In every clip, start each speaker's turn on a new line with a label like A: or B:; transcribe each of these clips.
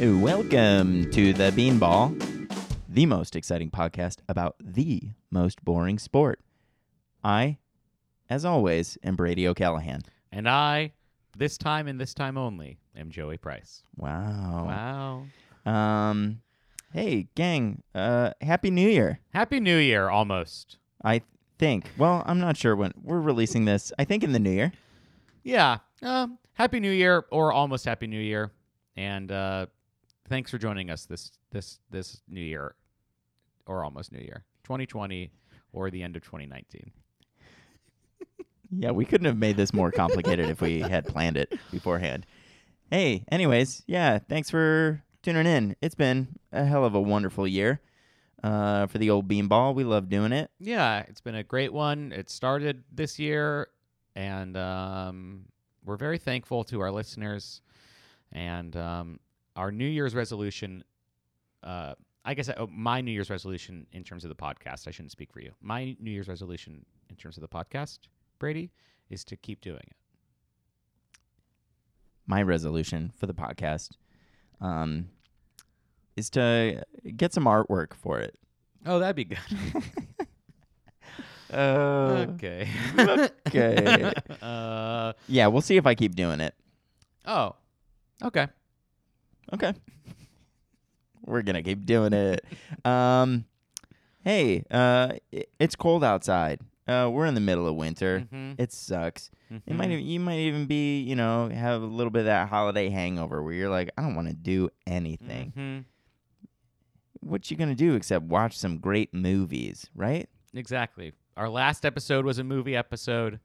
A: Welcome to the Beanball, the most exciting podcast about the most boring sport. I, as always, am Brady O'Callahan.
B: And I, this time and this time only, am Joey Price.
A: Wow.
B: Wow.
A: Um, hey, gang, uh, Happy New Year,
B: Happy New Year almost.
A: I think. Well, I'm not sure when we're releasing this. I think in the new year.
B: Yeah. Um, Happy New Year or almost Happy New Year. And uh, thanks for joining us this this this new year or almost new year. 2020 or the end of 2019.
A: Yeah, we couldn't have made this more complicated if we had planned it beforehand. Hey, anyways, yeah, thanks for tuning in. It's been a hell of a wonderful year uh, for the old beanball. We love doing it.
B: Yeah, it's been a great one. It started this year and um, we're very thankful to our listeners and um, our New Year's resolution uh, I guess oh, my New Year's resolution in terms of the podcast, I shouldn't speak for you. My New Year's resolution in terms of the podcast, Brady, is to keep doing it.
A: My resolution for the podcast um, is to get some artwork for it.
B: Oh, that'd be good.
A: Uh,
B: okay.
A: okay.
B: uh,
A: yeah, we'll see if I keep doing it.
B: oh, okay.
A: Okay. We're gonna keep doing it. Um, hey, uh, i- it's cold outside. Uh, we're in the middle of winter.
B: Mhm.
A: It sucks. It
B: Mhm.
A: might e- you might even be you know have a little bit of that holiday hangover where you're like I don't want to do anything.
B: Mhm.
A: What you gonna do except watch some great movies, right?
B: Exactly. Our last episode was a movie episode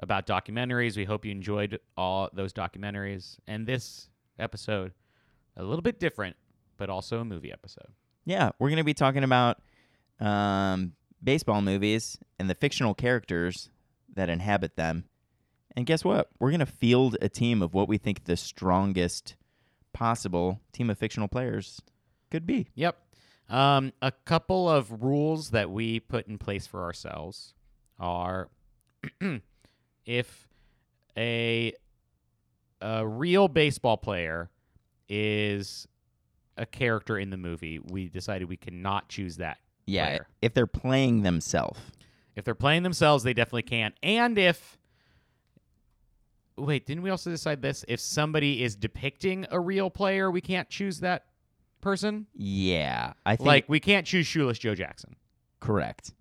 B: about documentaries. We hope you enjoyed all those documentaries. And this episode, a little bit different, but also a movie episode.
A: Yeah, we're gonna be talking about um, baseball movies and the fictional characters that inhabit them. And guess what? We're gonna field a team of what we think the strongest possible team of fictional players could be.
B: Yep. Um, a couple of rules that we put in place for ourselves are if a a real baseball player is a character in the movie, we decided we cannot choose that.
A: Yeah,
B: Player.
A: if they're playing themselves.
B: If they're playing themselves, they definitely can. And if wait, didn't we also decide this? If somebody is depicting a real player, we can't choose that person.
A: Yeah, I think
B: Like we can't choose shoeless Joe Jackson.
A: correct.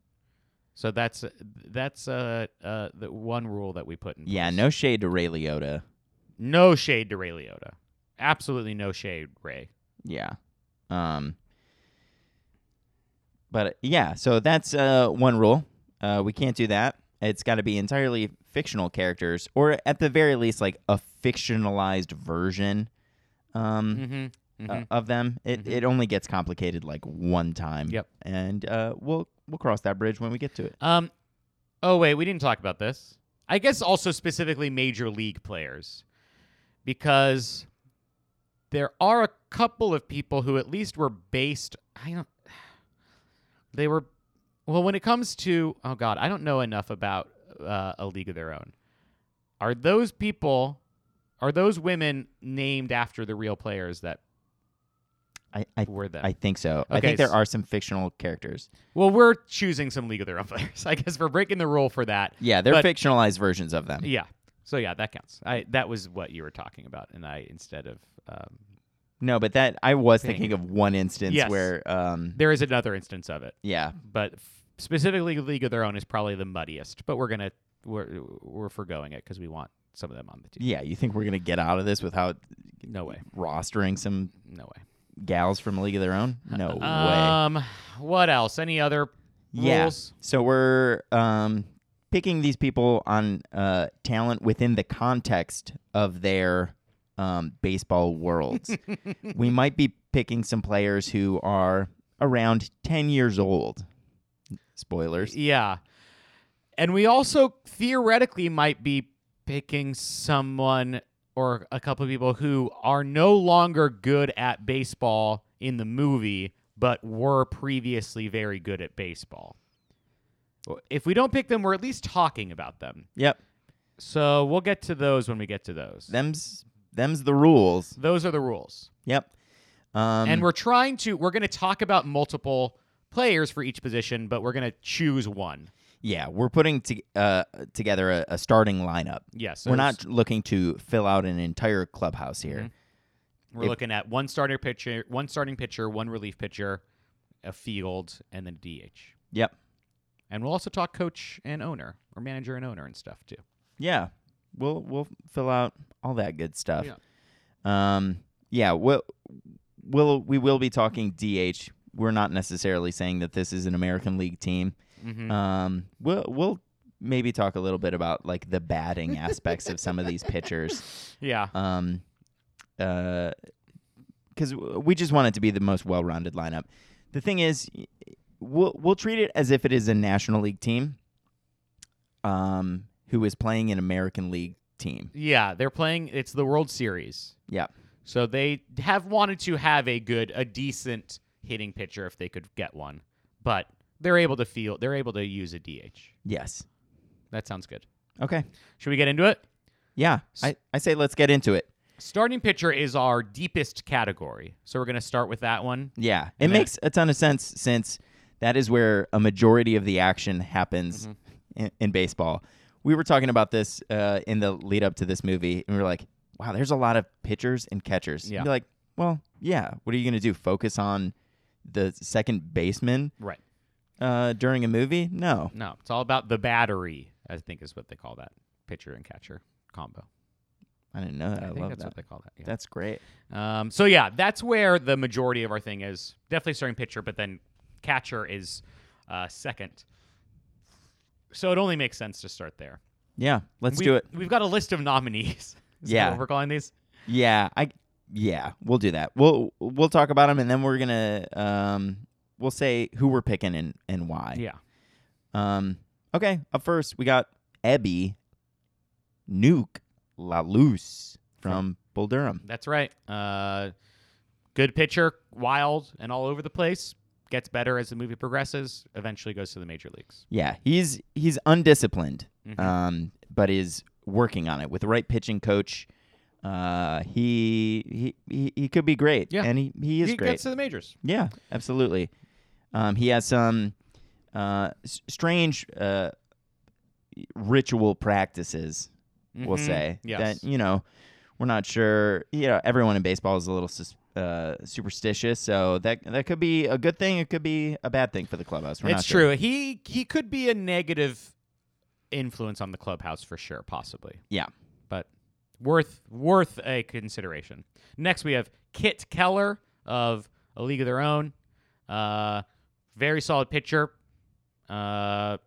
B: So that's that's uh, uh the one rule that we put in.
A: Yeah,
B: place.
A: no shade to Ray Liotta.
B: no shade to Ray Liotta. Absolutely no shade, Ray.
A: Yeah. Um but uh, yeah, so that's uh one rule. Uh we can't do that. It's got to be entirely fictional characters or at the very least like a fictionalized version um
B: Mm-hmm.
A: uh, of them. It
B: Mhm.
A: it only gets complicated like one time.
B: Yep.
A: And uh we'll we'll cross that bridge when we get to it.
B: Um. Oh wait, we didn't talk about this. I guess also specifically major league players, because there are a couple of people who at least were based. I don't. They were. Well, when it comes to oh god, I don't know enough about uh, a league of their own. Are those people? Are those women named after the real players that
A: I I
B: were them?
A: I think so. I
B: Okay,
A: think there
B: s-
A: are some fictional characters.
B: well, we're choosing some League of Their Own players. I guess we're breaking the rule for that.
A: Yeah, they're
B: But-
A: fictionalized versions of them.
B: Yeah. So yeah, that counts. I that was what you were talking about, and I instead of um,
A: No, but that I was
B: Thank
A: thinking of one instance
B: Yes.
A: where um
B: there is another instance of it,
A: yeah,
B: but f- specifically League of Their Own is probably the muddiest. But we're gonna we're we're foregoing it because we want some of them on the team.
A: Yeah, you think we're gonna get out of this without
B: No way.
A: rostering some
B: No way.
A: gals from League of Their Own? No Oh, way.
B: Um, what else? Any other
A: Yeah.
B: rules?
A: So we're um, picking these people on uh, talent within the context of their um, baseball worlds. we might be picking some players who are around ten years old. Spoilers.
B: Yeah. And we also theoretically might be picking someone or a couple of people who are no longer good at baseball in the movie, but were previously very good at baseball. If we don't pick them, we're at least talking about them.
A: Yep.
B: So we'll get to those when we get to those.
A: Them's them's the rules.
B: Those are the rules.
A: Yep. Um,
B: and we're trying to we're going to talk about multiple players for each position, but we're going to choose one.
A: yeah, we're putting to, uh, together a, a starting lineup.
B: Yes,
A: we're not looking to fill out an entire clubhouse here.
B: We're
A: if-
B: looking at one starter pitcher, one starting pitcher, one relief pitcher, a field, and then DH.
A: Yep.
B: And we'll also talk coach and owner, or manager and owner and stuff too.
A: Yeah. We'll we'll fill out all that good stuff.
B: Yeah.
A: Um yeah, we'll we'll we will be talking DH. We're not necessarily saying that this is an American League team.
B: Mm-hmm.
A: Um we'll we'll maybe talk a little bit about like the batting aspects of some of these pitchers.
B: yeah,
A: Um uh cuz we just want it to be the most well-rounded lineup. The thing is we'll we'll treat it as if it is a National League team um who is playing an American League team.
B: yeah, they're playing. It's the World Series,
A: Yeah.
B: so they have wanted to have a good, a decent hitting pitcher if they could get one, but they're able to feel they're able to use a DH.
A: Yes.
B: That sounds good.
A: Okay.
B: Should we get into it?
A: Yeah. I, I say let's get into it.
B: Starting pitcher is our deepest category, so we're going to start with that one.
A: Yeah. It
B: And then-
A: makes a ton of sense since that is where a majority of the action happens
B: Mm-hmm.
A: in, in baseball. We were talking about this uh, in the lead up to this movie, and we were like, wow, there's a lot of pitchers and catchers.
B: Yeah.
A: You're like, well, yeah. What are you going to do? Focus on the second baseman
B: Right.
A: uh, during a movie? No.
B: No, it's all about the battery. I think is what they call that pitcher and catcher combo.
A: I didn't know that. I,
B: think
A: love
B: that's
A: that.
B: what they call that. Yeah.
A: That's great.
B: Um, so yeah, that's where the majority of our thing is. Definitely starting pitcher, but then catcher is uh, second. So it only makes sense to start there.
A: Yeah. Let's
B: We've-
A: do it.
B: We've got a list of nominees. Is that
A: Yeah.
B: what we're calling these.
A: Yeah, I yeah, we'll do that. We'll we'll talk about them and then we're gonna um we'll say who we're picking and and why.
B: Yeah.
A: Um. Okay. Up first, we got Ebby Nuke LaLuce from Bull Durham.
B: That's right. Uh, good pitcher, wild and all over the place. Gets better as the movie progresses. Eventually goes to the major leagues.
A: Yeah, he's he's undisciplined,
B: Mhm.
A: um, but is working on it with the right pitching coach. Uh, he he he, he could be great.
B: Yeah.
A: and he he is
B: he
A: great.
B: gets to the majors.
A: Yeah, absolutely. Um, he has some uh, s- strange uh, ritual practices, we'll
B: Mhm.
A: say.
B: Yes.
A: That, you know, we're not sure. You know, everyone in baseball is a little sus- uh, superstitious, so that that could be a good thing. It could be a bad thing for the clubhouse. We're not
B: it's
A: sure.
B: true. He he could be a negative influence on the clubhouse for sure, possibly.
A: Yeah.
B: But worth worth a consideration. Next we have Kit Keller of A League of Their Own. Uh very solid pitcher. Uh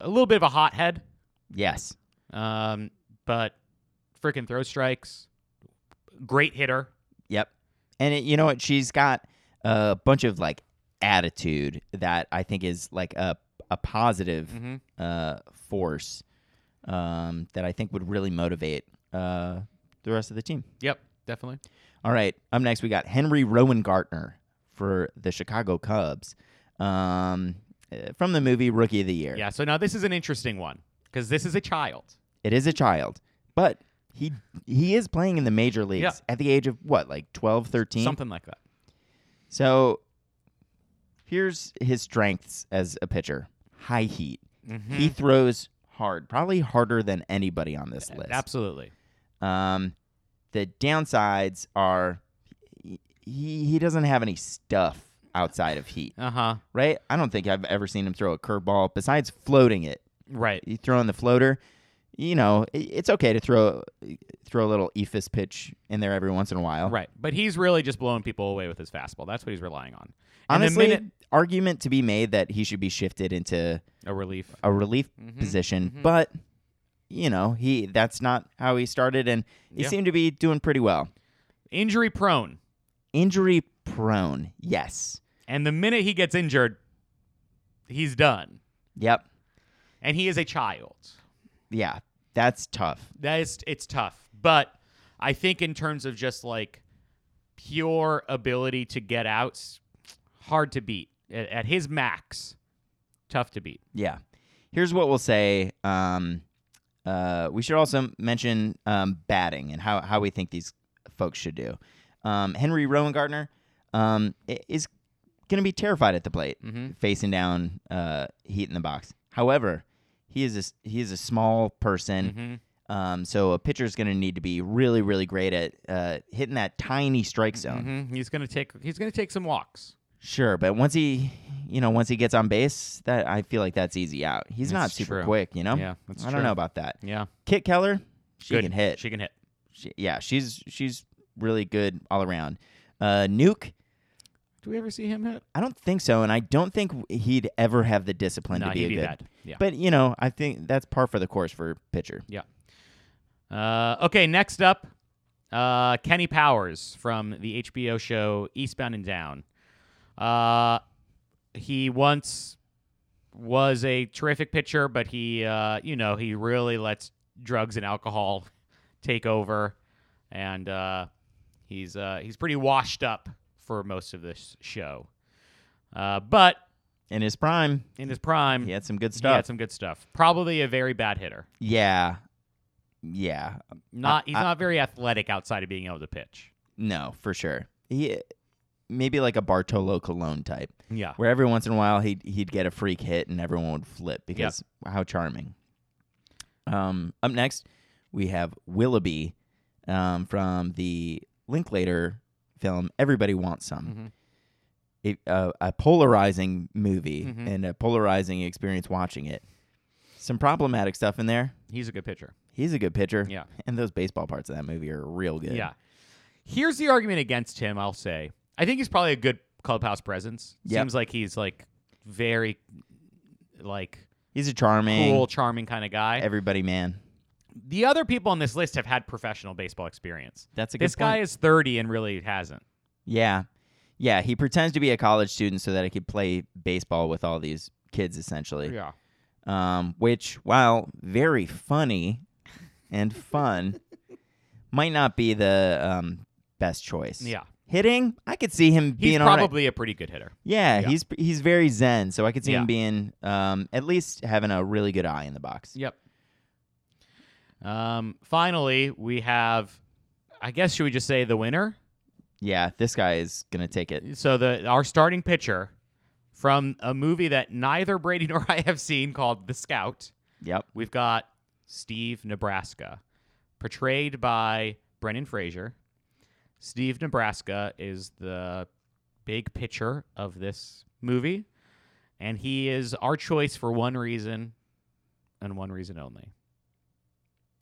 B: a little bit of a hothead.
A: Yes.
B: Um but freaking throw strikes. Great hitter.
A: Yep. And it, you know what? She's got a bunch of like attitude that I think is like a a positive
B: Mm-hmm.
A: uh, force um, that I think would really motivate uh, the rest of the team.
B: Yep, definitely.
A: All right, up next we got Henry Rowan Gartner for the Chicago Cubs um, uh, from the movie Rookie of the Year.
B: Yeah, so now this is an interesting one because this is a child.
A: It is a child, but he he is playing in the major leagues
B: Yeah.
A: at the age of what, like 12, 13?
B: Something like that.
A: So here's his strengths as a pitcher. High heat.
B: Mm-hmm.
A: He throws hard, probably harder than anybody on this list.
B: Absolutely.
A: Um, the downsides are he he doesn't have any stuff outside of heat,
B: Uh huh.
A: right? I don't think I've ever seen him throw a curveball besides floating it.
B: Right.
A: You throwing the floater, you know, i- it's okay to throw throw a little E ephus pitch in there every once in a while.
B: Right. But he's really just blowing people away with his fastball. That's what he's relying on. And the
A: Honestly,
B: minute-
A: argument to be made that he should be shifted into
B: a relief.
A: a relief
B: Mhm,
A: position,
B: mhm.
A: but you know, he that's not how he started and he
B: Yeah.
A: seemed to be doing pretty well.
B: Injury prone.
A: Injury prone. Yes.
B: And the minute he gets injured, he's done.
A: Yep.
B: And he is a child.
A: Yeah. That's tough.
B: That is it's tough. But I think in terms of just like pure ability to get out, hard to beat. At, at his max, tough to beat.
A: Yeah. Here's what we'll say. Um, uh, we should also mention um, batting and how, how we think these folks should do. Um, Henry Rowan Gardner, um, i- is going to be terrified at the plate,
B: Mm-hmm.
A: facing down uh, Heat in the box. However, he is a, s- he is a small person.
B: Mm-hmm.
A: Um, so a pitcher is going to need to be really, really great at uh, hitting that tiny strike zone.
B: Mm-hmm. He's gonna take. He's gonna take some walks.
A: Sure, but once he, you know, once he gets on base, that I feel like that's easy out. He's not
B: That's
A: super
B: true.
A: quick, you know.
B: Yeah, that's
A: I don't
B: true.
A: know about that.
B: Yeah,
A: Kit Keller, she
B: Good.
A: can hit.
B: She can hit.
A: She, yeah, she's she's really good all around. Uh, Nuke,
B: Do we ever see him hit?
A: I don't think so, and I don't think he'd ever have the discipline
B: Nah,
A: to be
B: he'd
A: a
B: be
A: good.
B: bad. Yeah.
A: But you know, I think that's par for the course for pitcher.
B: Uh, okay, next up, uh, Kenny Powers from the HBO show Eastbound and Down. Uh, he once was a terrific pitcher, but he, uh, you know, he really lets drugs and alcohol take over, and uh, he's uh, he's pretty washed up for most of this show. Uh, but
A: In his prime,
B: in his prime,
A: he had some good
B: he had
A: stuff.
B: some good stuff. Probably a very bad hitter.
A: yeah, yeah.
B: Not he's
A: I-
B: not very athletic outside of being able to pitch.
A: No, for sure. He maybe like a Bartolo Colon type,
B: Yeah.
A: where every once in a while he'd he'd get a freak hit and everyone would flip because how charming. Um, up next we have Willoughby, um, from the Linklater film Everybody Wants Some.
B: Mhm.
A: It, uh, a polarizing movie
B: Mhm.
A: and a polarizing experience watching it. Some problematic stuff in there.
B: He's a good pitcher.
A: He's a good pitcher.
B: Yeah.
A: And those baseball parts of that movie are real good.
B: Yeah. Here's the argument against him, I'll say. I think he's probably a good clubhouse presence.
A: Yep.
B: Seems like he's like very like
A: He's a charming,
B: cool, charming kind of guy.
A: everybody man.
B: the other people on this list have had professional baseball experience.
A: That's a good
B: This guy
A: point.
B: is 30 and really hasn't.
A: Yeah. Yeah, he pretends to be a college student so that he could play baseball with all these kids essentially.
B: Yeah.
A: Um, which while very funny and fun might not be the um, best choice.
B: Yeah.
A: Hitting, I could see him
B: He's
A: being on it.
B: probably a pretty good hitter.
A: Yeah,
B: yeah.
A: he's he's very zen, so I could see
B: Yeah.
A: him being um, at least having a really good eye in the box.
B: Yep. Um, finally, we have, I guess, should we just say the winner?
A: Yeah, this guy is gonna take it.
B: so the our starting pitcher from a movie that neither Brady nor I have seen called The Scout.
A: Yep.
B: We've got Steve Nebraska, portrayed by Brennan Fraser. Steve Nebraska is the big pitcher of this movie, and he is our choice for one reason and one reason only.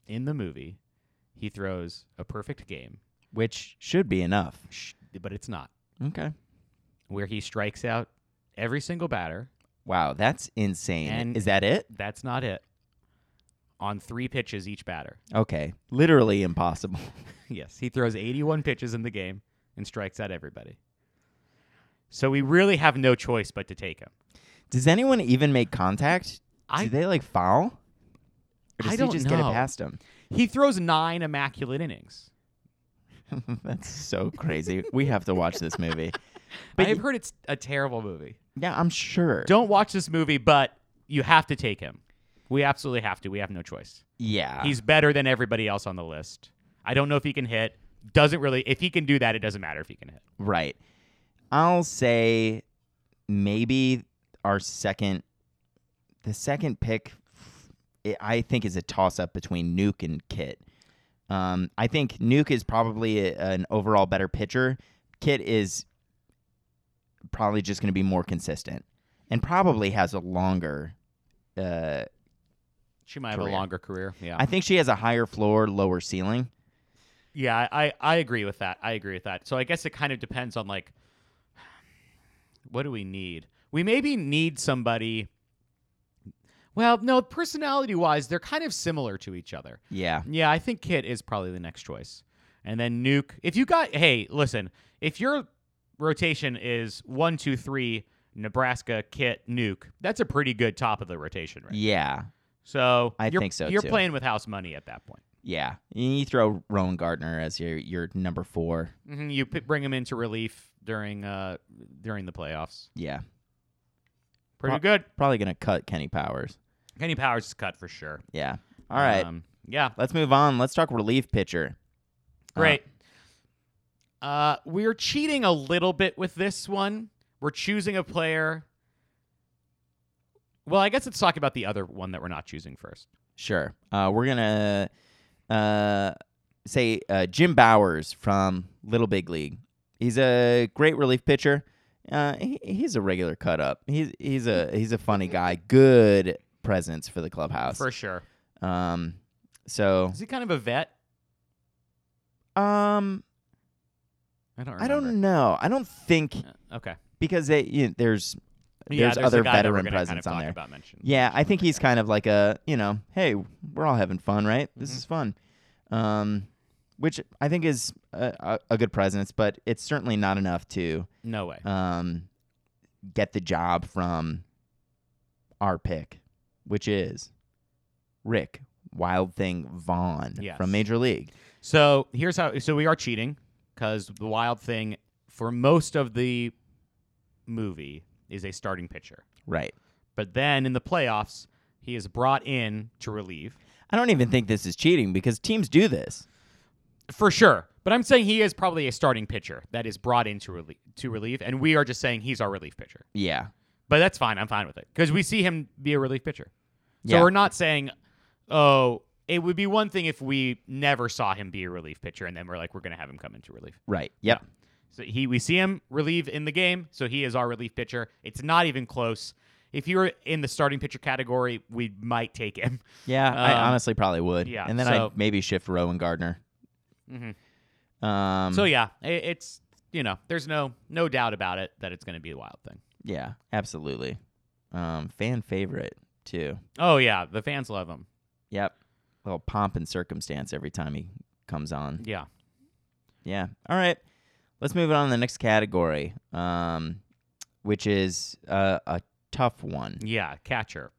B: In the movie, he throws a perfect game,
A: Which should be enough.
B: sh- but it's not,
A: Okay.
B: where he strikes out every single batter.
A: Wow, that's insane.
B: And-
A: is that it?
B: That's not it. On three pitches each batter.
A: Okay. Literally impossible.
B: yes, he throws 81 pitches in the game and strikes out everybody. So we really have no choice but to take him.
A: Does anyone even make contact?
B: I-
A: Do they like foul? Or
B: I
A: does
B: don't
A: he just get it
B: know.
A: past him?
B: He throws nine immaculate innings.
A: that's so crazy. we have to watch this movie.
B: But
A: But
B: I've
A: y-
B: heard it's a terrible movie.
A: Yeah, I'm sure.
B: Don't watch this movie, but you have to take him. We absolutely have to. We have no choice.
A: yeah.
B: He's better than everybody else on the list. I don't know if he can hit. Doesn't really. If he can do that, it doesn't matter if he can hit.
A: Right. I'll say maybe our second, the second pick, it, I think is a toss up between Nuke and Kit. Um, I think Nuke is probably a, an overall better pitcher. Kit is probably just going to be more consistent and probably has a longer. Uh,
B: She might have
A: Career.
B: a longer career. Yeah.
A: I think she has a higher floor, lower ceiling.
B: Yeah, I I agree with that. I agree with that. So I guess it kind of depends on like what do we need? We maybe need somebody Well, no, personality-wise, they're kind of similar to each other.
A: Yeah.
B: Yeah, I think Kit is probably the next choice. And then Nuke. If you got hey, listen, if your rotation is one, two, three, Nebraska, Kit, Nuke, that's a pretty good top of the rotation, right?
A: Yeah.
B: So
A: I
B: you're-
A: think so,
B: You're
A: too.
B: playing with house money at that point.
A: Yeah. And you throw Rowan Gardner as your, your number four.
B: hmm You p- bring him into relief during uh during the playoffs.
A: Yeah. Pro-
B: Pretty good.
A: probably gonna cut Kenny Powers.
B: Kenny Powers is cut for sure.
A: Yeah. All right.
B: Um, yeah.
A: Let's move on. Let's talk relief pitcher.
B: Great. Uh, we're cheating a little bit with this one. We're choosing a player. Well, I guess let's talk about the other one that we're not choosing first.
A: Sure. Uh, we're gonna uh, say uh, Jim Bowers from Little Big League. He's a great relief pitcher. Uh, he, he's a regular cut up. He's he's a he's a funny guy. Good presence for the clubhouse.
B: For sure.
A: Um, so
B: Is he kind of a vet?
A: um,
B: I don't
A: I
B: remember.
A: don't know. I don't think
B: Uh, Okay.
A: because they, you know, there's
B: Yeah,
A: there's
B: a
A: other
B: guy that we're
A: veteran
B: gonna
A: presence
B: kind of
A: on
B: talk
A: there.
B: About mention.
A: Yeah, I think he's kind of like a, you know, hey, we're all having fun, right? This
B: Mhm.
A: is fun. Um, which I think is a, a, a good presence, but it's certainly not enough to
B: No way.
A: um, get the job from our pick, which is Rick Wild Thing Vaughn
B: Yes.
A: from Major League.
B: So here's how. So we are cheating because the wild thing for most of the movie is a starting pitcher,
A: Right.
B: but then in the playoffs he is brought in to relieve
A: I don't even think this is cheating because teams do this.
B: for sure. But I'm saying he is probably a starting pitcher that is brought in to relieve to relieve, and we are just saying he's our relief pitcher.
A: Yeah.
B: But that's fine. I'm fine with it because we see him be a relief pitcher. So
A: Yeah.
B: we're not saying, oh, it would be one thing if we never saw him be a relief pitcher, and then we're like, we're going to have him come into relief.
A: Right. Yep.
B: So he we see him relieve in the game, so he is our relief pitcher. It's not even close. If you were in the starting pitcher category, we might take him.
A: Yeah, I
B: Um,
A: honestly probably would.
B: yeah,
A: and then
B: so-
A: I'd maybe shift Rowan Gardner.
B: Mhm.
A: Um,
B: So yeah, i it's you know, there's no no doubt about it that it's going to be a wild thing.
A: yeah, absolutely. Um, fan favorite too.
B: Oh yeah, the fans love him.
A: Yep. Little pomp and circumstance every time he comes on.
B: Yeah,
A: Yeah. All right. Let's move on to the next category, um, which is uh, a tough one.
B: yeah, catcher.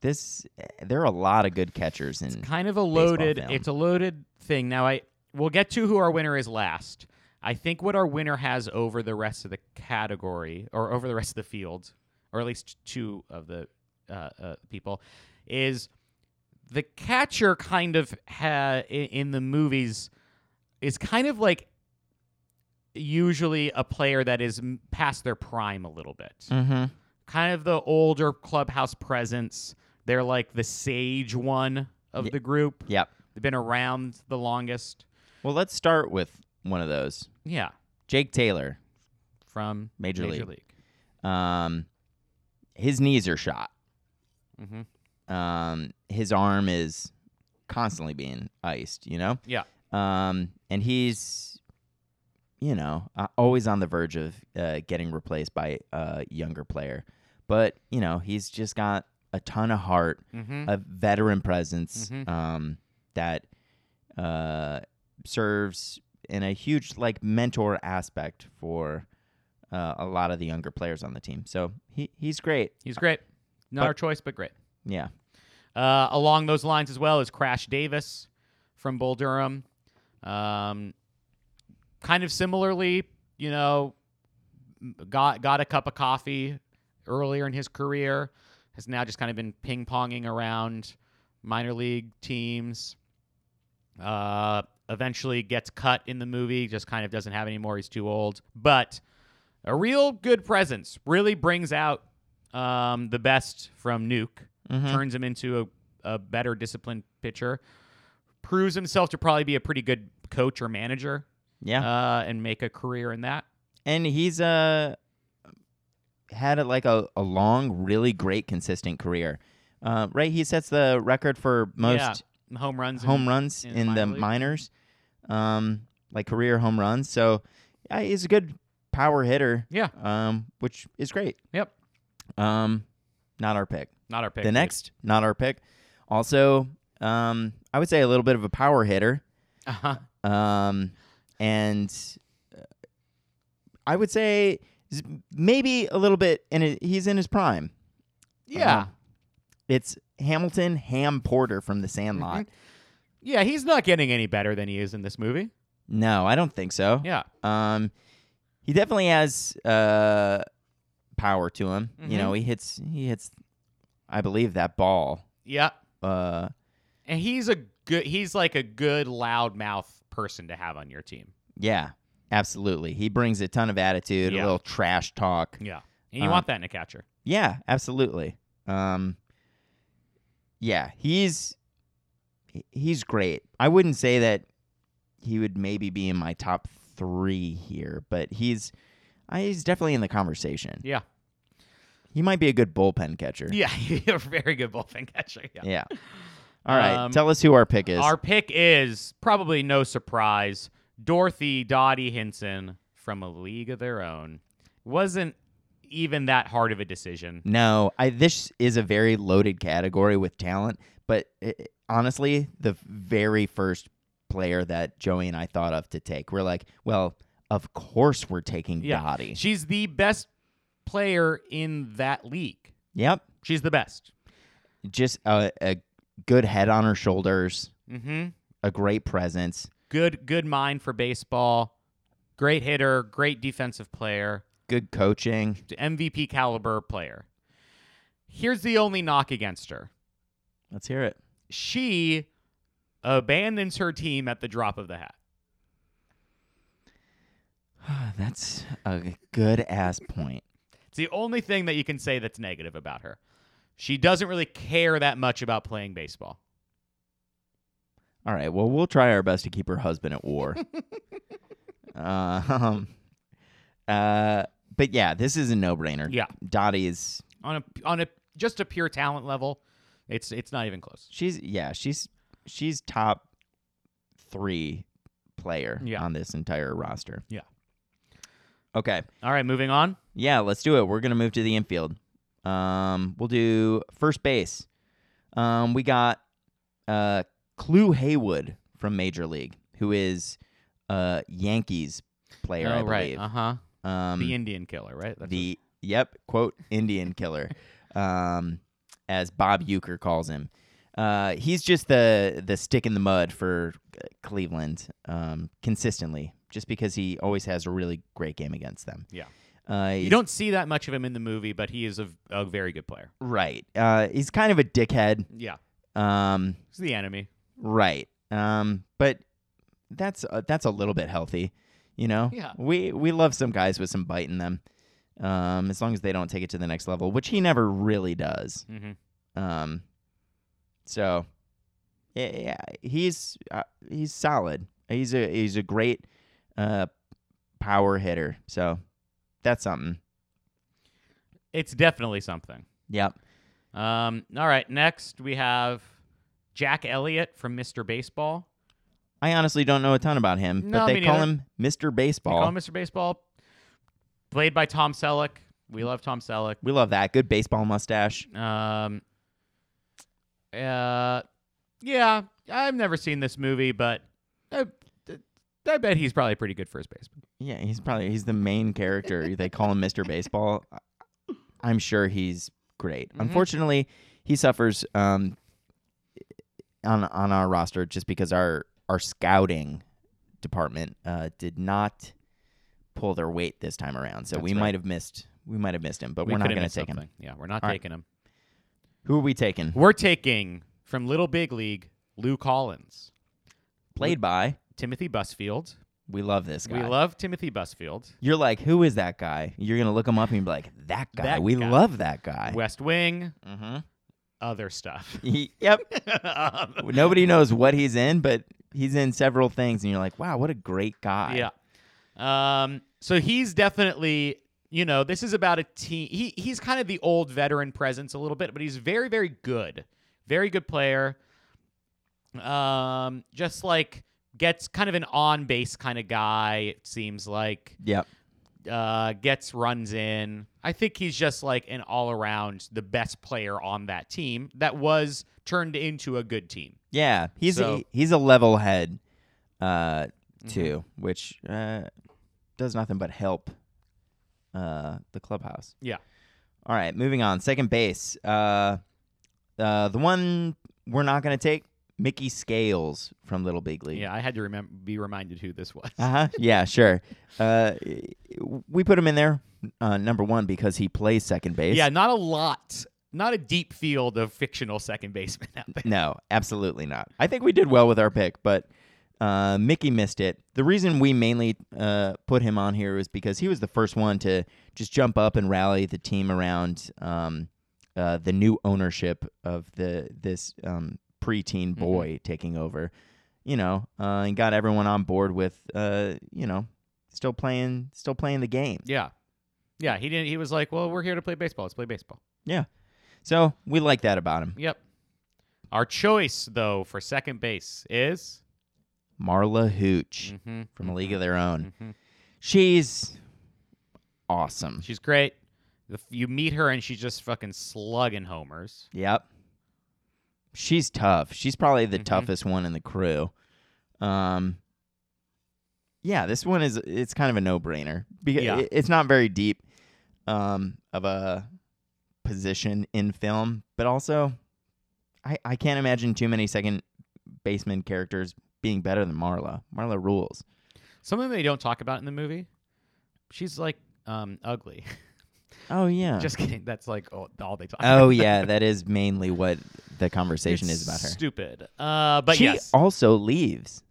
A: This there are a lot of good catchers in.
B: Kind of a loaded.
A: film.
B: It's a loaded thing. Now I we'll get to who our winner is last. I think what our winner has over the rest of the category or over the rest of the field, or at least two of the uh, uh, people, is the catcher kind of ha- i- in the movies is kind of like usually a player that is m- past their prime a little bit
A: Mm-hmm.
B: kind of the older clubhouse presence. They're like the sage one of
A: Ye-
B: the group.
A: Yep.
B: They've been around the longest.
A: Well, let's start with one of those.
B: Yeah,
A: Jake Taylor.
B: from
A: Major League.
B: League.
A: Um, his knees are shot.
B: hmm
A: um, his arm is constantly being iced, you know?
B: Yeah.
A: Um, and he's, you know, uh, always on the verge of uh, getting replaced by a younger player. But, you know, he's just got a ton of heart,
B: hmm
A: a veteran presence
B: Mhm.
A: um, that uh, serves in a huge, like, mentor aspect for. Uh, a lot of the younger players on the team, so he he's great.
B: He's great. Not
A: But-
B: our choice, but great.
A: Yeah,
B: Uh, along those lines as well is Crash Davis from Bull Durham. Um, kind of similarly, you know, got got a cup of coffee earlier in his career. Has now just kind of been ping ponging around minor league teams. Uh, eventually gets cut in the movie. Just kind of doesn't have any more. He's too old. But a real good presence really brings out um, the best from Nuke
A: Mhm.
B: turns him into a, a better disciplined pitcher, proves himself to probably be a pretty good coach or manager,
A: yeah.
B: uh, and make a career in that.
A: and he's uh had a, like a, a long, really great, consistent career. Uh, right, he sets the record for most
B: Yeah, home runs, and-
A: home runs
B: in
A: in, the
B: the minor league.
A: minors, um, like career home runs. So yeah, he's a good power hitter.
B: Yeah.
A: um, which is great.
B: Yep,
A: Um, not our pick.
B: not our pick.
A: the
B: dude.
A: next, not our pick. Also, um, I would say a little bit of a power hitter.
B: Uh-huh.
A: Um, and uh, I would say s- maybe a little bit, and it, he's in his prime.
B: Yeah,
A: Uh, it's Hamilton Ham Porter from The Sandlot.
B: yeah, he's not getting any better than he is in this movie.
A: No, I don't think so.
B: Mm-hmm. Yeah,
A: Um, he definitely has uh power to him.
B: Mhm.
A: You know, he hits he hits, I believe that ball.
B: yeah,
A: Uh,
B: and he's a good. He's like a good loudmouth person to have on your team.
A: yeah, Absolutely. He brings a ton of attitude,
B: Yeah.
A: a little trash talk.
B: Yeah. And you
A: Um,
B: want that in a catcher.
A: Yeah, absolutely. Um Yeah, he's he- he's great. I wouldn't say that he would maybe be in my top 3 here, but he's I, he's definitely in the conversation.
B: Yeah.
A: He might be a good bullpen catcher.
B: Yeah. You're a very good bullpen catcher. Yeah.
A: Yeah. All right,
B: Um,
A: tell us who our pick is.
B: Our pick is probably no surprise Dorothy Dottie Hinson from A League of Their Own. Wasn't even that hard of a decision.
A: No, I this is a very loaded category with talent, but it, honestly, the very first player that Joey and I thought of to take, we're like, well, of course we're taking
B: Yeah.
A: Dottie.
B: She's the best player in that league.
A: Yep,
B: She's the best.
A: just a, a good head on her shoulders,
B: Mm-hmm.
A: a great presence,
B: Good, good mind for baseball. Great hitter. Great defensive player.
A: good coaching.
B: MVP caliber player. Here's the only knock against her.
A: Let's hear it.
B: She abandons her team at the drop of the hat.
A: That's a good ass point.
B: It's the only thing that you can say that's negative about her. She doesn't really care that much about playing baseball.
A: All right. Well, we'll try our best to keep her husband at war. uh, um, uh, but yeah, this is a no-brainer.
B: Yeah.
A: Dottie is.
B: On a on a just a pure talent level, it's it's not even close.
A: She's yeah. She's she's top three player
B: Yeah.
A: on this entire roster.
B: Yeah.
A: Okay.
B: All right, moving on.
A: Yeah. Let's do it. We're gonna move to the infield. Um, we'll do first base. Um, we got uh Clue Haywood from Major League, who is a Yankees player, I
B: oh,
A: believe.
B: right. Uh huh.
A: Um,
B: the Indian killer, right? That's
A: the yep quote Indian killer, um, as Bob Euchre calls him. Uh, he's just the the stick in the mud for uh, Cleveland um, consistently, just because he always has a really great game against them.
B: Yeah.
A: uh,
B: what- you
A: he's-
B: don't see that much of him in the movie, but he is a, a very good player.
A: right. Uh, he's kind of a dickhead.
B: Yeah,
A: Um,
B: he's the enemy.
A: right. Um, but that's uh, that's a little bit healthy, you know.
B: Yeah.
A: we we love some guys with some bite in them. Um, as long as they don't take it to the next level, which he never really does.
B: hmm
A: Um, so yeah, yeah he's uh, he's solid. He's a he's a great uh power hitter. So that's something.
B: It's definitely something.
A: Yep.
B: Um, all right, next we have Jack Elliott from Mr. Baseball.
A: I honestly don't know a ton about him,
B: No,
A: but they
B: me
A: call
B: neither.
A: him Mr.
B: They
A: Baseball.
B: call him Mr. Baseball. Played by Tom Selleck. We love Tom Selleck.
A: we love that. Good baseball mustache.
B: Um, uh, yeah, I've never seen this movie, but I, I bet he's probably pretty good first baseman.
A: Yeah, he's probably he's the main character. they call him Mr. Baseball. I- I'm sure he's great.
B: Mm-hmm.
A: Unfortunately, he suffers um, on on our roster just because our our scouting department uh, did not pull their weight this time around. So
B: That's
A: we
B: right.
A: might have missed we might have missed him, but
B: We
A: we are not
B: could've
A: going to
B: missed
A: take him.
B: something. Yeah, we're not
A: All right.
B: taking him.
A: Who are we taking?
B: We're taking from Little Big League Lou Collins,
A: Played by
B: Timothy Busfield.
A: we love this guy.
B: We love Timothy Busfield.
A: You're like, who is that guy? You're gonna look him up and be like, that guy.
B: That
A: we
B: guy. mm-hmm.
A: love that guy.
B: West Wing,
A: Mhm.
B: other stuff.
A: He- yep.
B: Um,
A: nobody knows what he's in, but he's in several things, and you're like, wow, what a great guy.
B: yeah. Um, so he's definitely, you know, this is about a team. He he's kind of the old veteran presence a little bit, but he's very very good, very good player. Um, just like gets kind of an on base kind of guy. It seems like
A: Yep.
B: uh, gets runs in. I think he's just like an all around the best player on that team that was turned into a good team.
A: Yeah. He's
B: So- Mm-hmm.
A: a, he's a level head, uh, too, which uh, does nothing but help uh, the clubhouse.
B: Yeah.
A: All right, moving on. Second base. Uh, uh, the one we're not gonna take, Mickey Scales from Little Big League.
B: Yeah, I had to remember be reminded who this was.
A: Uh huh. Yeah, sure. Uh, we put him in there, uh, number one, because he plays second base.
B: Yeah, not a lot, not a deep field of fictional second baseman out there.
A: No, absolutely not. I think we did well with our pick, but uh, Mickey missed it. The reason we mainly uh, put him on here was because he was the first one to just jump up and rally the team around um, uh, the new ownership of the this um, preteen boy taking over. You know, uh, and got everyone on board with uh, you know still playing still playing the game.
B: Yeah. Yeah, he didn't he was like, "Well, we're here to play baseball. Let's play baseball."
A: Yeah, so we like that about him.
B: Yep. Our choice though for second base is
A: Marla Hooch
B: Mhm.
A: from A League of Their Own.
B: Mhm.
A: She's awesome.
B: She's great. The f- You meet her and she's just fucking slugging homers.
A: Yep. Mm-hmm. She's tough. She's probably the
B: Mhm.
A: toughest one in the crew. Um Yeah, this one is it's kind of a no-brainer because
B: Yeah.
A: it's not very deep um of a position in film, but also I I can't imagine too many second baseman characters being better than Marla. Marla rules.
B: Something they don't talk about in the movie. She's like um ugly.
A: Oh yeah.
B: just kidding. That's like all, all they talk about.
A: Oh yeah, that is mainly what the conversation
B: It's
A: is about her.
B: Stupid. Uh but
A: she
B: yes.
A: also leaves.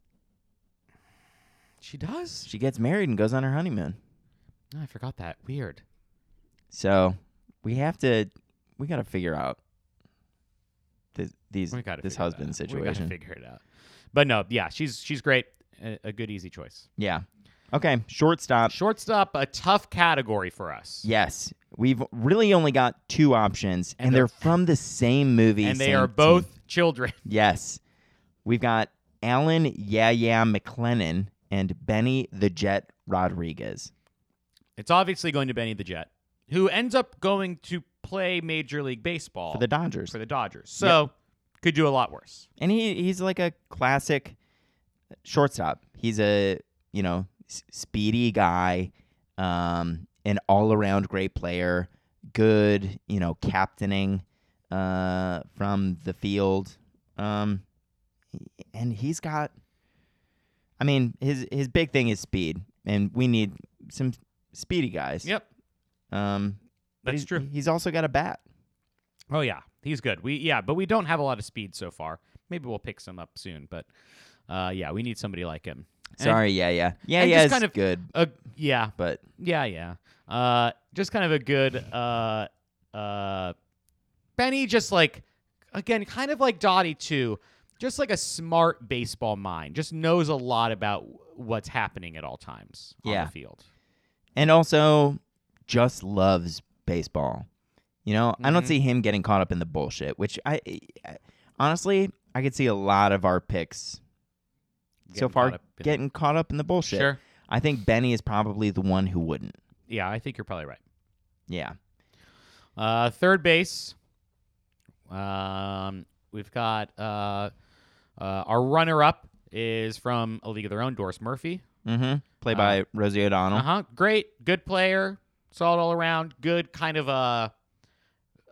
B: She does?
A: She gets married and goes on her honeymoon.
B: Oh, I forgot that. Weird.
A: So we have to, we got to figure out this, these
B: We got
A: this husband
B: We gotta
A: situation.
B: figure it out. But no, yeah, she's she's great. A, a good easy choice.
A: yeah. Okay. Shortstop.
B: Shortstop, a tough category for us.
A: Yes, we've really only got two options, and,
B: And
A: they're,
B: they're-
A: from the same movie.
B: and they
A: same
B: are
A: team.
B: both children.
A: Yes, we've got Alan Yeah Yeah McLennan and Benny the Jet Rodriguez.
B: It's obviously going to Benny the Jet, who ends up going to play Major League Baseball
A: for the Dodgers.
B: for the Dodgers. So could do a lot worse.
A: and he he's like a classic shortstop. He's a you know s- speedy guy, um, an all around great player, good you know captaining uh, from the field, um, and he's got. I mean his his big thing is speed, and we need some speedy guys.
B: Yep,
A: Um, but
B: that's
A: he's-
B: true.
A: He's also got a bat.
B: Oh yeah, he's good. We yeah, but we don't have a lot of speed so far. Maybe we'll pick some up soon, but uh, yeah, we need somebody like him. And
A: Sorry, yeah, yeah, yeah,
B: and
A: yeah.
B: just
A: It's
B: kind of-
A: good,
B: A, yeah,
A: but
B: Yeah, yeah. Uh, just kind of a good uh, uh, Benny. Just like again, kind of like Dottie too. Just like a smart baseball mind, just knows a lot about what's happening at all times on
A: Yeah.
B: the field.
A: and also just loves baseball. You know, I don't
B: Mhm.
A: see him getting caught up in the bullshit, which I, I- honestly, I could see a lot of our picks so
B: Getting
A: far
B: caught up in-
A: getting caught up in the bullshit.
B: sure.
A: I think Benny is probably the one who wouldn't.
B: Yeah, I think you're probably right.
A: Yeah.
B: Uh, third base. Um, we've got uh, uh, our runner-up is from A League of Their Own, Doris Murphy.
A: Mm-hmm.
B: Uh-huh.
A: Played by Rosie O'Donnell.
B: Uh huh. Great, good player, solid all around. Good kind of a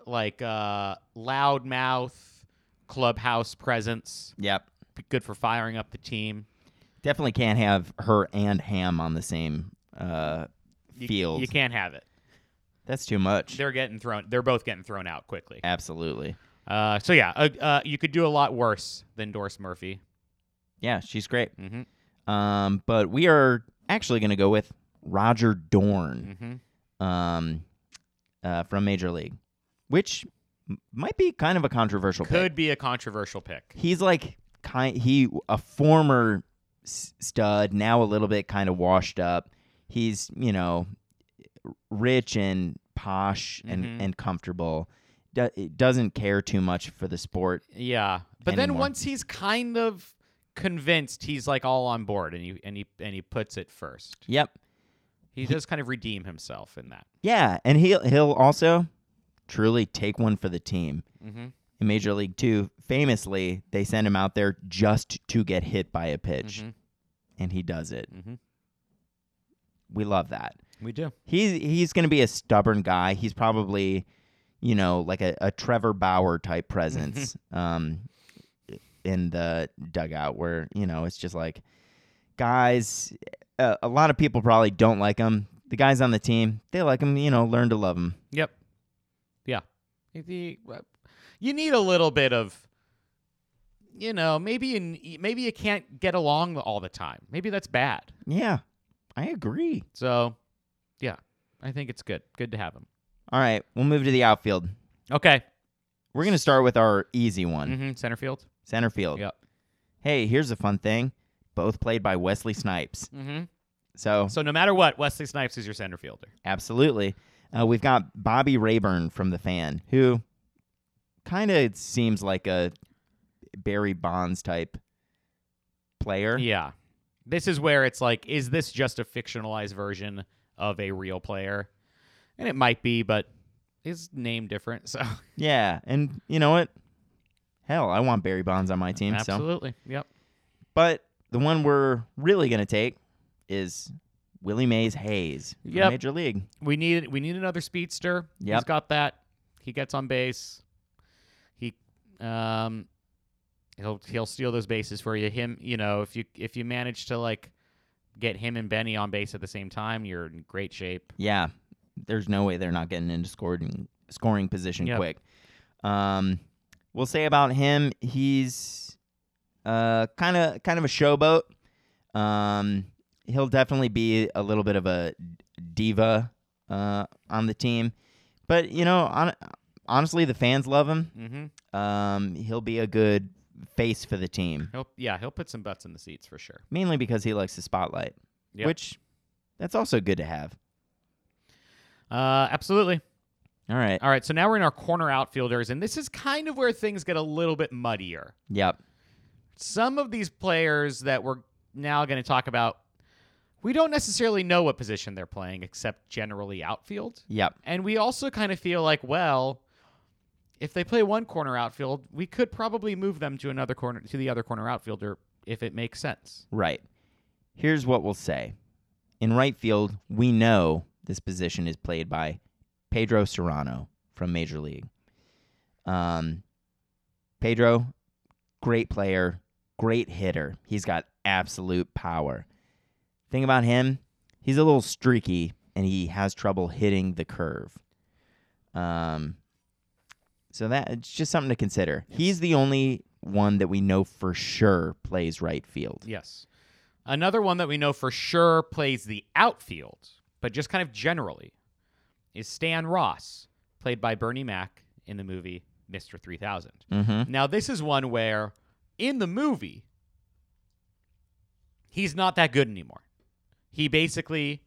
B: like uh, loud mouth clubhouse presence.
A: Yep.
B: Good for firing up the team.
A: Definitely can't have her and Ham on the same uh,
B: You,
A: field.
B: You can't have it.
A: That's too much.
B: They're getting thrown. They're both getting thrown out quickly.
A: Absolutely.
B: Uh, so yeah, uh, uh, you could do a lot worse than Doris Murphy.
A: Yeah, she's great.
B: Mm-hmm.
A: Um, but we are actually going to go with Roger Dorn.
B: Mm-hmm.
A: um, uh, from Major League, which m- might be kind of a controversial pick.
B: Could be a controversial pick.
A: He's like kind he a former s- stud, now a little bit kind of washed up. He's you know rich and posh and
B: Mhm.
A: and comfortable. Do- doesn't care too much for the sport.
B: Yeah, but then
A: Anymore.
B: once he's kind of convinced, he's like all on board, and he and he and he puts it first.
A: Yep.
B: He does kind of redeem himself in that.
A: Yeah, and he'll he'll also truly take one for the team.
B: Mm-hmm.
A: in Major League Two, famously, they send him out there just to get hit by a pitch,
B: Mhm.
A: and he does it.
B: Mhm.
A: We love that.
B: We do.
A: He's he's going to be a stubborn guy. He's probably, you know, like a, a Trevor Bauer type presence um, in the dugout, where you know it's just like guys. Uh, a lot of people probably don't like him. The guys on the team, they like him. You know, learn to love him.
B: Yep. uh, Yeah. If he- you need a little bit of you know, maybe in, maybe you can't get along all the time. Maybe that's bad.
A: Yeah, I agree.
B: So, yeah, I think it's good. Good to have him.
A: All right, we'll move to the outfield.
B: Okay.
A: We're going to start with our easy one
B: hmm Center field.
A: center field.
B: Yep.
A: Hey, here's a fun thing. Both played by Wesley Snipes.
B: hmm
A: So,
B: So no matter what, Wesley Snipes is your center fielder.
A: absolutely. Uh, we've got Bobby Rayburn from The Fan, who kind of seems like a Barry Bonds type player.
B: Yeah. This is where it's like, is this just a fictionalized version of a real player? And it might be, but his name different. So
A: Yeah, and you know what? Hell, I want Barry Bonds on my team. So,
B: absolutely, yep.
A: but the one we're really gonna take is Willie Mays Hayes from
B: Yep.
A: Major League.
B: We need we need another speedster. He's
A: Yep.
B: got that. He gets on base. He um he'll he'll steal those bases for you. Him, you know, if you if you manage to like get him and Benny on base at the same time, you're in great shape.
A: Yeah, there's no way they're not getting into scoring scoring position
B: Yep.
A: quick. Um, we'll say about him, he's uh kind of kind of a showboat. Um, he'll definitely be a little bit of a diva uh, on the team, but you know, on, honestly, the fans love him.
B: Mm-hmm.
A: Um, he'll be a good face for the team,
B: He'll yeah, he'll put some butts in the seats for sure.
A: mainly because he likes the spotlight,
B: Yep.
A: which that's also good to have.
B: Uh absolutely.
A: All right.
B: All right, so now we're in our corner outfielders, and this is kind of where things get a little bit muddier.
A: Yep.
B: Some of these players that we're now going to talk about, we don't necessarily know what position they're playing, except generally outfield.
A: Yep.
B: And we also kind of feel like, well, if they play one corner outfield, we could probably move them to another corner to the other corner outfielder if it makes sense.
A: Right. Here's what we'll say. In right field, we know this position is played by Pedro Serrano from Major League. Um, Pedro, great player, great hitter. He's got absolute power. Thing about him, he's a little streaky and he has trouble hitting the curve. Um, so that it's just something to consider. He's the only one that we know for sure plays right field.
B: Yes. Another one that we know for sure plays the outfield, but just kind of generally, is Stan Ross, played by Bernie Mac in the movie Mr. 3000.
A: Mm-hmm.
B: Now, this is one where in the movie, he's not that good anymore. He basically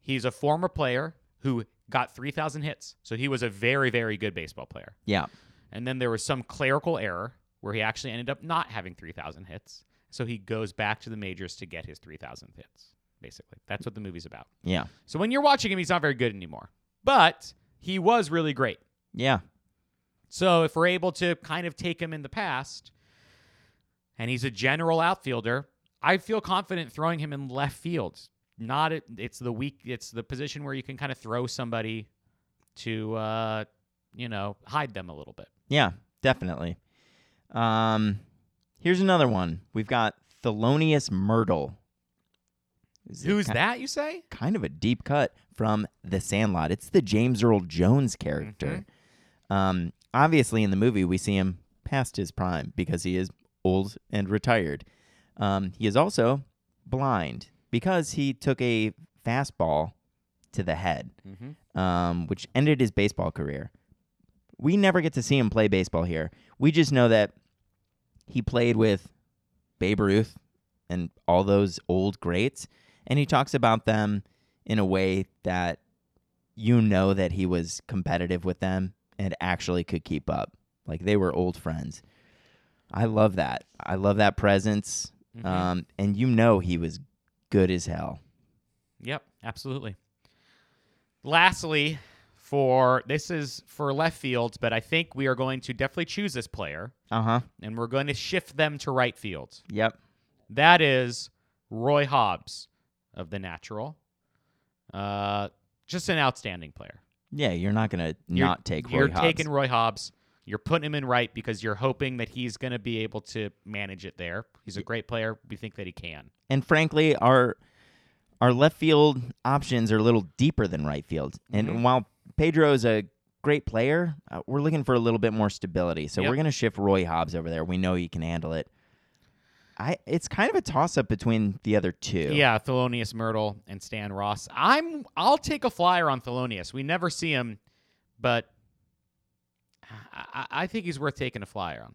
B: he's a former player who got 3000 hits. So he was a very very good baseball player.
A: Yeah.
B: And then there was some clerical error where he actually ended up not having 3,000 hits. So he goes back to the majors to get his 3,000 hits, basically. That's what the movie's about.
A: Yeah.
B: So when you're watching him, he's not very good anymore, but he was really great.
A: Yeah.
B: So if we're able to kind of take him in the past and he's a general outfielder, I feel confident throwing him in left field. Not at, it's the weak it's the position where you can kind of throw somebody to uh you know, hide them a little bit.
A: Yeah. Definitely. Um, here's another one. We've got Thelonious Myrtle. Who's
B: Who's that, you say?
A: Kind of a deep cut from The Sandlot. It's the James Earl Jones character.
B: Mm-hmm.
A: Um, obviously, in the movie, we see him past his prime because he is old and retired. Um, he is also blind because he took a fastball to the head.
B: Mm-hmm.
A: um, which ended his baseball career. We never get to see him play baseball here. We just know that he played with Babe Ruth and all those old greats, and he talks about them in a way that you know that he was competitive with them and actually could keep up. Like they were old friends. I love that. I love that presence.
B: Mhm.
A: Um, and you know he was good as hell.
B: Yep, absolutely. Lastly, for this is for left field, but I think we are going to definitely choose this player
A: Uh huh.
B: and we're going to shift them to right field.
A: Yep.
B: That is Roy Hobbs of the Natural. Uh, just an outstanding player.
A: Yeah, you're not gonna
B: You're-
A: not take Roy
B: You're
A: Hobbs.
B: taking Roy Hobbs. You're putting him in right because you're hoping that he's going to be able to manage it there. He's a great player. We think that he can.
A: and frankly our our left field options are a little deeper than right field and
B: Mhm.
A: while pedro's a great player. Uh, we're looking for a little bit more stability, so
B: Yep.
A: we're going to shift Roy Hobbs over there. We know he can handle it. I it's kind of a toss up between the other two.
B: Yeah, Thelonious Myrtle and Stan Ross. I'm I'll take a flyer on Thelonious. We never see him, but I, I I think he's worth taking a flyer on.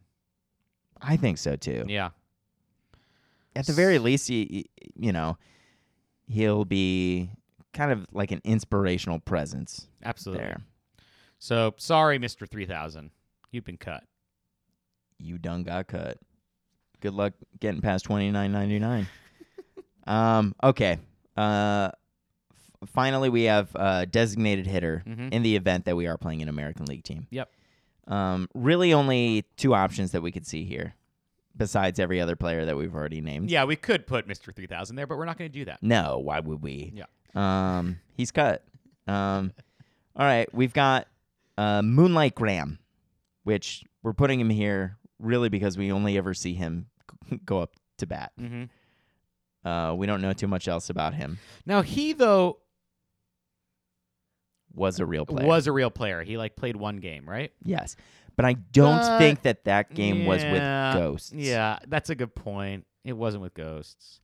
A: I think so too.
B: Yeah.
A: At the very least, he, he- you know, he'll be kind of like an inspirational presence
B: Absolutely.
A: there.
B: So sorry, Mr. 3000. You've been cut.
A: You done got cut. Good luck getting past twenty nine ninety nine. um. Okay. Uh. f- Finally, we have uh, designated hitter
B: Mhm.
A: in the event that we are playing an American League team.
B: Yep.
A: Um, really, only two options that we could see here, besides every other player that we've already named.
B: Yeah, we could put Mr. 3000 there, but we're not going to do that.
A: No, why would we?
B: Yeah.
A: Um, he's cut. Um, all right, we've got uh, Moonlight Graham, which we're putting him here really because we only ever see him go up to bat.
B: Mm-hmm.
A: Uh, we don't know too much else about him.
B: Now he though
A: Was a real player.
B: was a real player. He like played one game, right?
A: yes, but I don't
B: Uh,
A: think that that game was
B: yeah,
A: with ghosts.
B: Yeah, that's a good point. It wasn't with ghosts.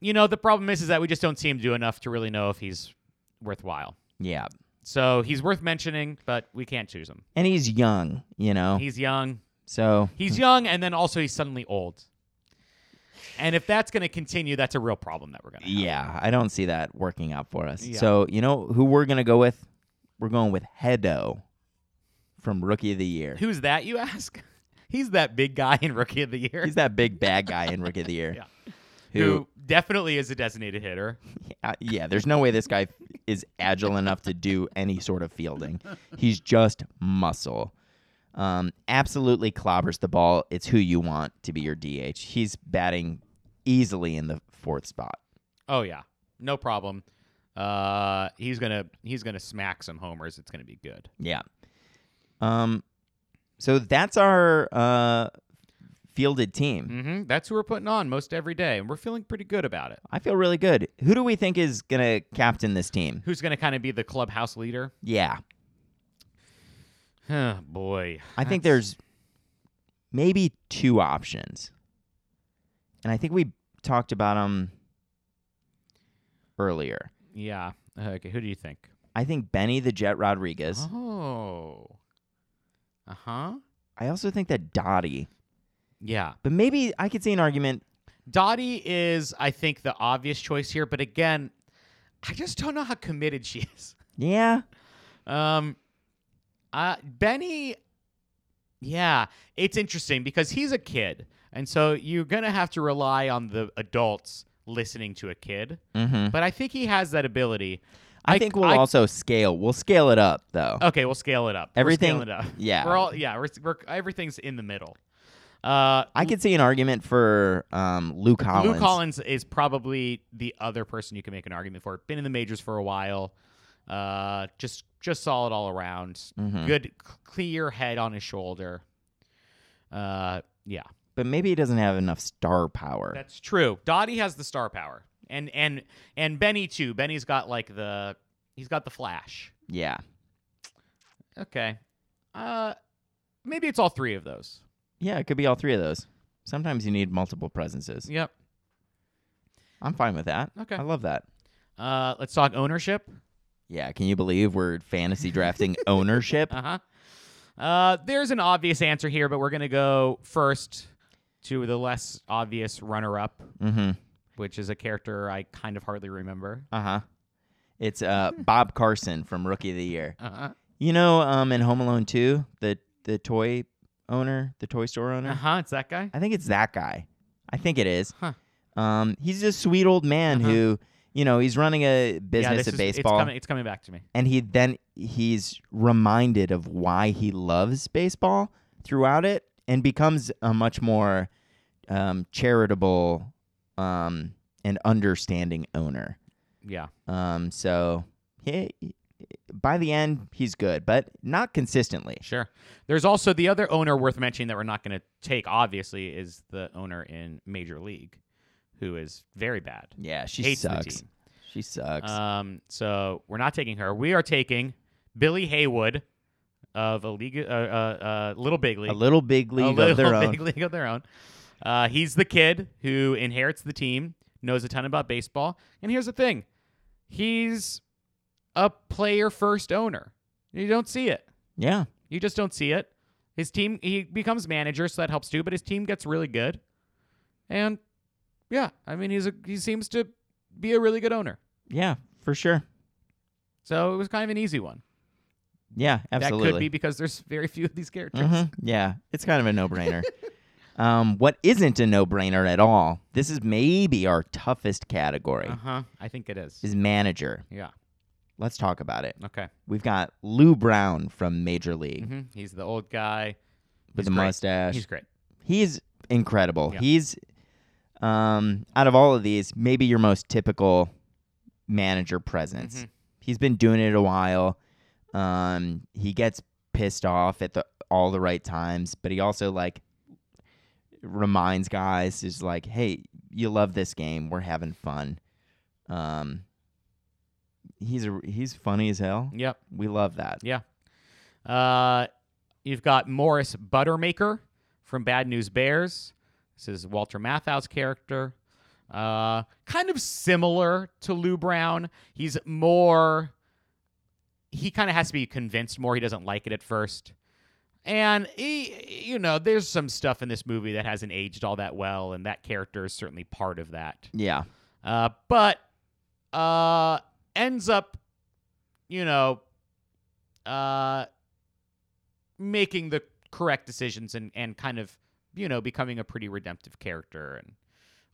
B: You know, the problem is is that we just don't see him do enough to really know if he's worthwhile.
A: yeah,
B: So he's worth mentioning, but we can't choose him.
A: and he's young, you know.
B: He's young.
A: so
B: He's young, and then also he's suddenly old. And if that's going to continue, that's a real problem that we're going to have.
A: yeah, I don't see that working out for us.
B: Yeah.
A: So you know who we're gonna go with? We're going with Hedo from Rookie of the Year.
B: Who's that, you ask? He's that big guy in Rookie of the Year
A: He's that big bad guy in Rookie of the Year.
B: Yeah.
A: Who?
B: who definitely is a designated hitter.
A: uh, yeah, there's no way this guy is agile enough to do any sort of fielding. He's just muscle. Um, absolutely clobbers the ball. It's who you want to be your DH. He's batting easily in the fourth spot.
B: Oh yeah, no problem. Uh, he's gonna he's gonna smack some homers. It's gonna be good.
A: Yeah. Um. So that's our uh fielded team.
B: Mm-hmm. That's who we're putting on most every day, and we're feeling pretty good about it.
A: I feel really good. Who do we think is gonna captain this team?
B: Who's gonna kind of be the clubhouse leader?
A: Yeah.
B: Huh, boy,
A: I think
B: That's-
A: there's maybe two options. And I think we talked about them earlier.
B: yeah. Uh, Okay, who do you think?
A: I think Benny the Jet Rodriguez.
B: Uh-huh. Oh, uh huh.
A: I also think that Dottie,
B: Yeah,
A: but maybe I could see an argument.
B: Dottie is I think the obvious choice here, but again, I just don't know how committed she is.
A: Yeah.
B: Um, uh, Benny, yeah, it's interesting because he's a kid, and so you're gonna have to rely on the adults listening to a kid.
A: Mm-hmm.
B: But I think he has that ability.
A: I, think we'll
B: I-
A: also scale. We'll scale it up, though.
B: okay. We'll scale it up. We're
A: Everything-
B: scaling it up.
A: yeah.
B: We're all yeah. We're, we're everything's in the middle. Uh,
A: I could see an argument for um, Luke Collins.
B: Lou Collins is probably the other person you can make an argument for. Been in the majors for a while. Uh, just just solid all around.
A: Mhm.
B: good c- clear head on his shoulder uh yeah
A: But maybe he doesn't have enough star power.
B: that's true dottie has the star power and and and benny too benny's got like the he's got the flash
A: yeah.
B: okay uh maybe it's all three of those
A: Yeah, it could be all three of those. Sometimes you need multiple presences.
B: yep
A: I'm fine with that.
B: Okay.
A: I love that.
B: uh let's talk ownership
A: Yeah, can you believe we're fantasy drafting ownership?
B: uh-huh uh there's an obvious answer here but we're gonna go first to the less obvious runner-up
A: Mm-hmm.
B: which is a character i kind of hardly remember
A: Uh-huh. It's uh Bob Carson from Rookie of the Year.
B: uh-huh
A: You know, um in Home Alone 2, the the toy owner, the toy store owner.
B: uh-huh it's that guy
A: I think it's that guy. I think it is.
B: Huh.
A: Um he's a sweet old man
B: Uh-huh.
A: who, you know, he's running a
B: yeah,
A: business
B: this
A: of
B: is-
A: baseball.
B: It's coming, it's coming back to me.
A: and he then he's reminded of why he loves baseball throughout it and becomes a much more um, charitable um, and understanding owner
B: Yeah.
A: um, so he, by the end he's good but not consistently
B: Sure. There's also the other owner worth mentioning that we're not going to take, obviously, is the owner in Major League, who is very bad.
A: yeah she
B: Hates the
A: sucks
B: team. Uh,
A: she sucks
B: Um, so we're not taking her. We are taking Billy Haywood of a league, uh, uh, uh, little big league,
A: A little big league
B: a little
A: of their
B: big
A: own.
B: league of their own. Uh, he's the kid who inherits the team, knows a ton about baseball, and here's the thing: he's a player first owner. You don't see it.
A: Yeah.
B: You just don't see it. His team, he becomes manager, so that helps too. But his team gets really good, and yeah, I mean, he's a he seems to be a really good owner.
A: Yeah, for sure.
B: So it was kind of an easy one.
A: Yeah,
B: That could be
A: absolutely.
B: because there's very few of these characters.
A: Mhm. Yeah, it's kind of a no-brainer. um, what isn't a no-brainer at all? This is maybe our toughest category.
B: Uh huh. I think it is.
A: Is manager.
B: Yeah.
A: Let's talk about it.
B: Okay.
A: We've got Lou Brown from Major League
B: hmm He's the old guy.
A: with
B: Mm-hmm. He's
A: the
B: great.
A: mustache.
B: He's great.
A: He's incredible.
B: Yeah.
A: He's um, out of all of these, maybe your most typical manager presence.
B: Mhm.
A: He's been doing it a while. Um, he gets pissed off at the all the right times, but he also like reminds guys is like, "Hey, you love this game. We're having fun." Um, he's a, he's funny as hell.
B: Yep.
A: We love that.
B: Yeah. Uh, you've got Morris Buttermaker from Bad News Bears. This is Walter Matthau's character. Uh, kind of similar to Lou Brown. He's more. He kind of has to be convinced more. He doesn't like it at first. And he, you know, there's some stuff in this movie that hasn't aged all that well, and that character is certainly part of that.
A: Yeah.
B: Uh, but uh, ends up, you know, uh, making the correct decisions and, and kind of, you know, becoming a pretty redemptive character and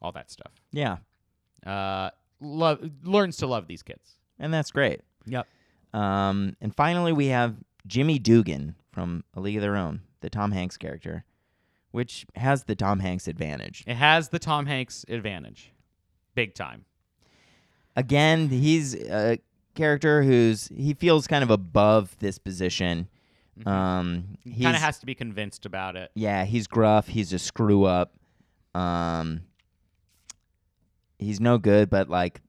B: all that stuff.
A: Yeah.
B: Uh, love learns to love these kids.
A: And that's great.
B: Yep.
A: Um, and finally, we have Jimmy Dugan from A League of Their Own, the Tom Hanks character, which has the Tom Hanks advantage.
B: It has the Tom Hanks advantage, big time.
A: Again, he's a character who's he feels kind of above this position. Um, he's,
B: Kind of has to be convinced about it.
A: yeah, he's gruff. He's a screw up. Um, he's no good, but like,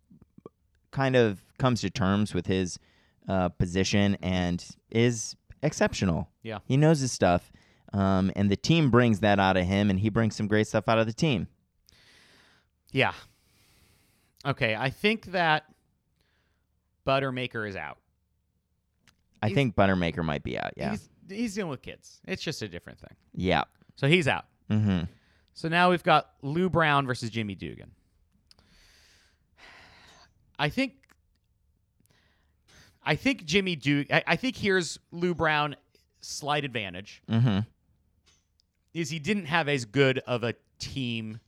A: kind of comes to terms with his uh, position and is exceptional.
B: Yeah.
A: he knows his stuff, um, and the team brings that out of him, and he brings some great stuff out of the team.
B: Yeah. Okay, I think that Buttermaker is out.
A: I
B: He's-
A: think Buttermaker might be out. Yeah,
B: He's, he's dealing with kids. It's just a different thing.
A: yeah.
B: So he's out.
A: Mm-hmm.
B: So now we've got Lou Brown versus Jimmy Dugan. I think I think Jimmy Dugan I, I think here's Lou Brown slight advantage
A: Mm-hmm.
B: is he didn't have as good of a team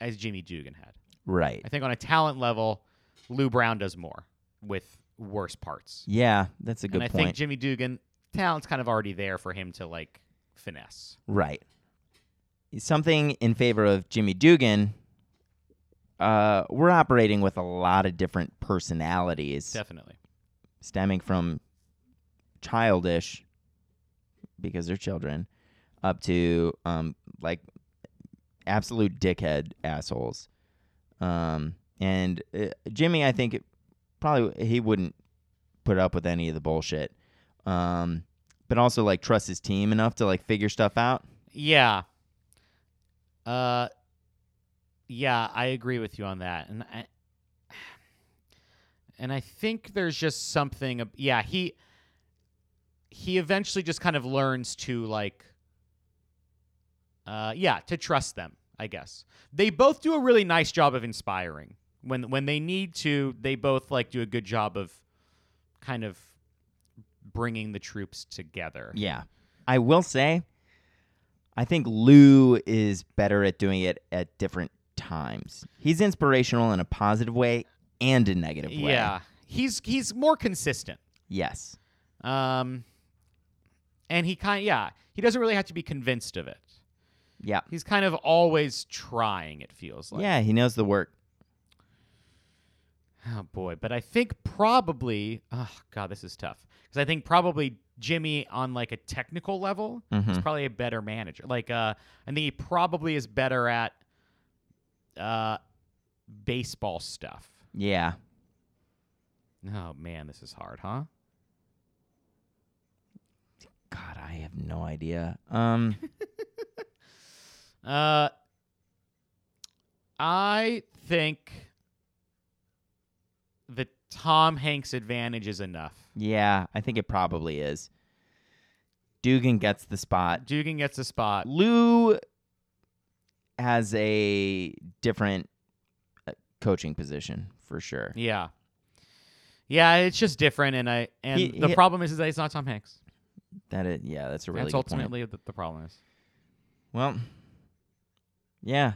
B: as Jimmy Dugan had.
A: Right.
B: I think on a talent level, Lou Brown does more with worse parts.
A: Yeah, that's a good
B: and I
A: point.
B: think Jimmy Dugan talent's kind of already there for him to like finesse.
A: Right. Something in favor of Jimmy Dugan. Uh, we're operating with a lot of different personalities
B: Definitely.
A: stemming from childish, because they're children, up to um, like absolute dickhead assholes. Um, and uh, Jimmy, I think, probably he wouldn't put up with any of the bullshit. Um, but also like trust his team enough to like figure stuff out.
B: Yeah. Uh yeah, I agree with you on that. And I and I think there's just something ab- yeah, he he eventually just kind of learns to like uh yeah, to trust them, I guess. They both do a really nice job of inspiring. When when they need to, they both like do a good job of kind of bringing the troops together.
A: Yeah. I will say, I think Lou is better at doing it at different times. He's inspirational in a positive way and a negative way.
B: Yeah, he's he's more consistent.
A: Yes.
B: Um, and he kind yeah he doesn't really have to be convinced of it.
A: Yeah.
B: He's kind of always trying. It feels like
A: yeah, he knows the work.
B: Oh boy, but I think probably oh god this is tough because I think probably Jimmy on like a technical level is
A: Mhm.
B: probably a better manager. Like uh, I think he probably is better at uh baseball stuff.
A: Yeah.
B: Oh man, this is hard, huh?
A: God, no idea. Um,
B: Uh, I think the Tom Hanks advantage is enough.
A: yeah, I think it probably is. Dugan gets the spot.
B: Dugan gets a spot.
A: Lou has a different uh, coaching position for sure.
B: Yeah. Yeah, it's just different, and I and
A: He-
B: the
A: he-
B: problem is, is that it's not Tom Hanks.
A: That is, yeah, that's a really
B: That's
A: good point.
B: ultimately the, the problem is.
A: Well, yeah.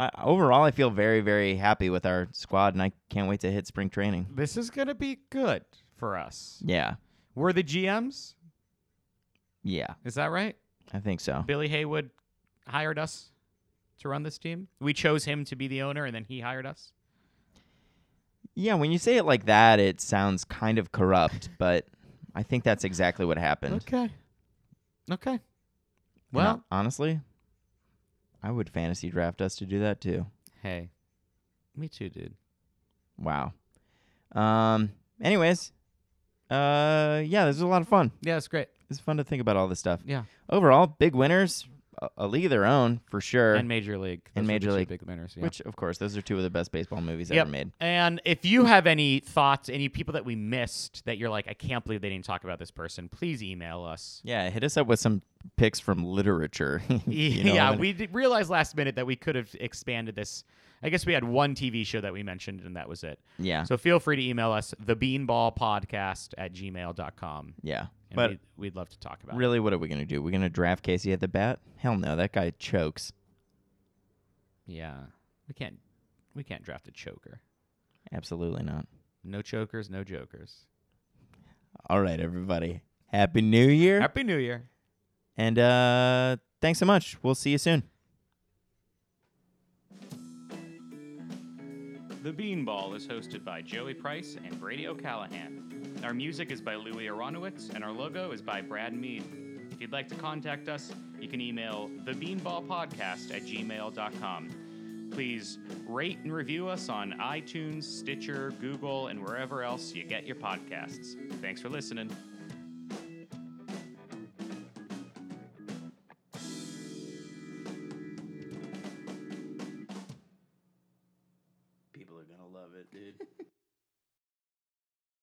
A: I, overall, I feel very, very happy with our squad, and I can't wait to hit spring training.
B: This is gonna be good for us.
A: Yeah,
B: We're the GMs,
A: yeah,
B: is that right?
A: I think so.
B: Billy Haywood hired us to run this team. We chose him to be the owner, and then he hired us.
A: Yeah, when you say it like that, it sounds kind of corrupt, but I think that's exactly what happened.
B: Okay. Okay.
A: And
B: Well,
A: hon- honestly, I would fantasy draft us to do that too.
B: Hey. Me too, dude.
A: Wow. Um. Anyways, uh, yeah, this was a lot of fun.
B: Yeah, it's great.
A: It's fun to think about all this stuff.
B: Yeah.
A: Overall, big winners, a, a league of their own for sure.
B: Er. And Major League.
A: And
B: Those were
A: Major
B: the two
A: League,
B: Big winners, yeah.
A: Which, of course, those are two of the best baseball movies
B: Yep.
A: ever made.
B: and if you have any thoughts, any people that we missed that you're like, I can't believe they didn't talk about this person, please email us.
A: Yeah, hit us up with some picks from literature. You know,
B: yeah,
A: and-
B: we did realized last minute that we could have expanded this. I guess we had one TV show that we mentioned, and that was it.
A: yeah,
B: So feel free to email us, thebeanballpodcast at gmail.com.
A: yeah.
B: And
A: But
B: we'd, we'd love to talk about it.
A: really, what are we gonna do? We're gonna draft Casey at the bat? Hell no, that guy chokes.
B: Yeah. We can't, we can't draft a choker.
A: Absolutely not.
B: No chokers, no jokers.
A: All right, everybody. Happy New Year,
B: Happy New Year.
A: and uh, thanks so much. We'll see you soon.
B: The Beanball is hosted by Joey Price and Brady O'Callahan. Our music is by Louis Aronowitz, and our logo is by Brad Mead. If you'd like to contact us, you can email thebeanballpodcast at gmail.com. Please rate and review us on iTunes, Stitcher, Google, and wherever else you get your podcasts. Thanks for listening.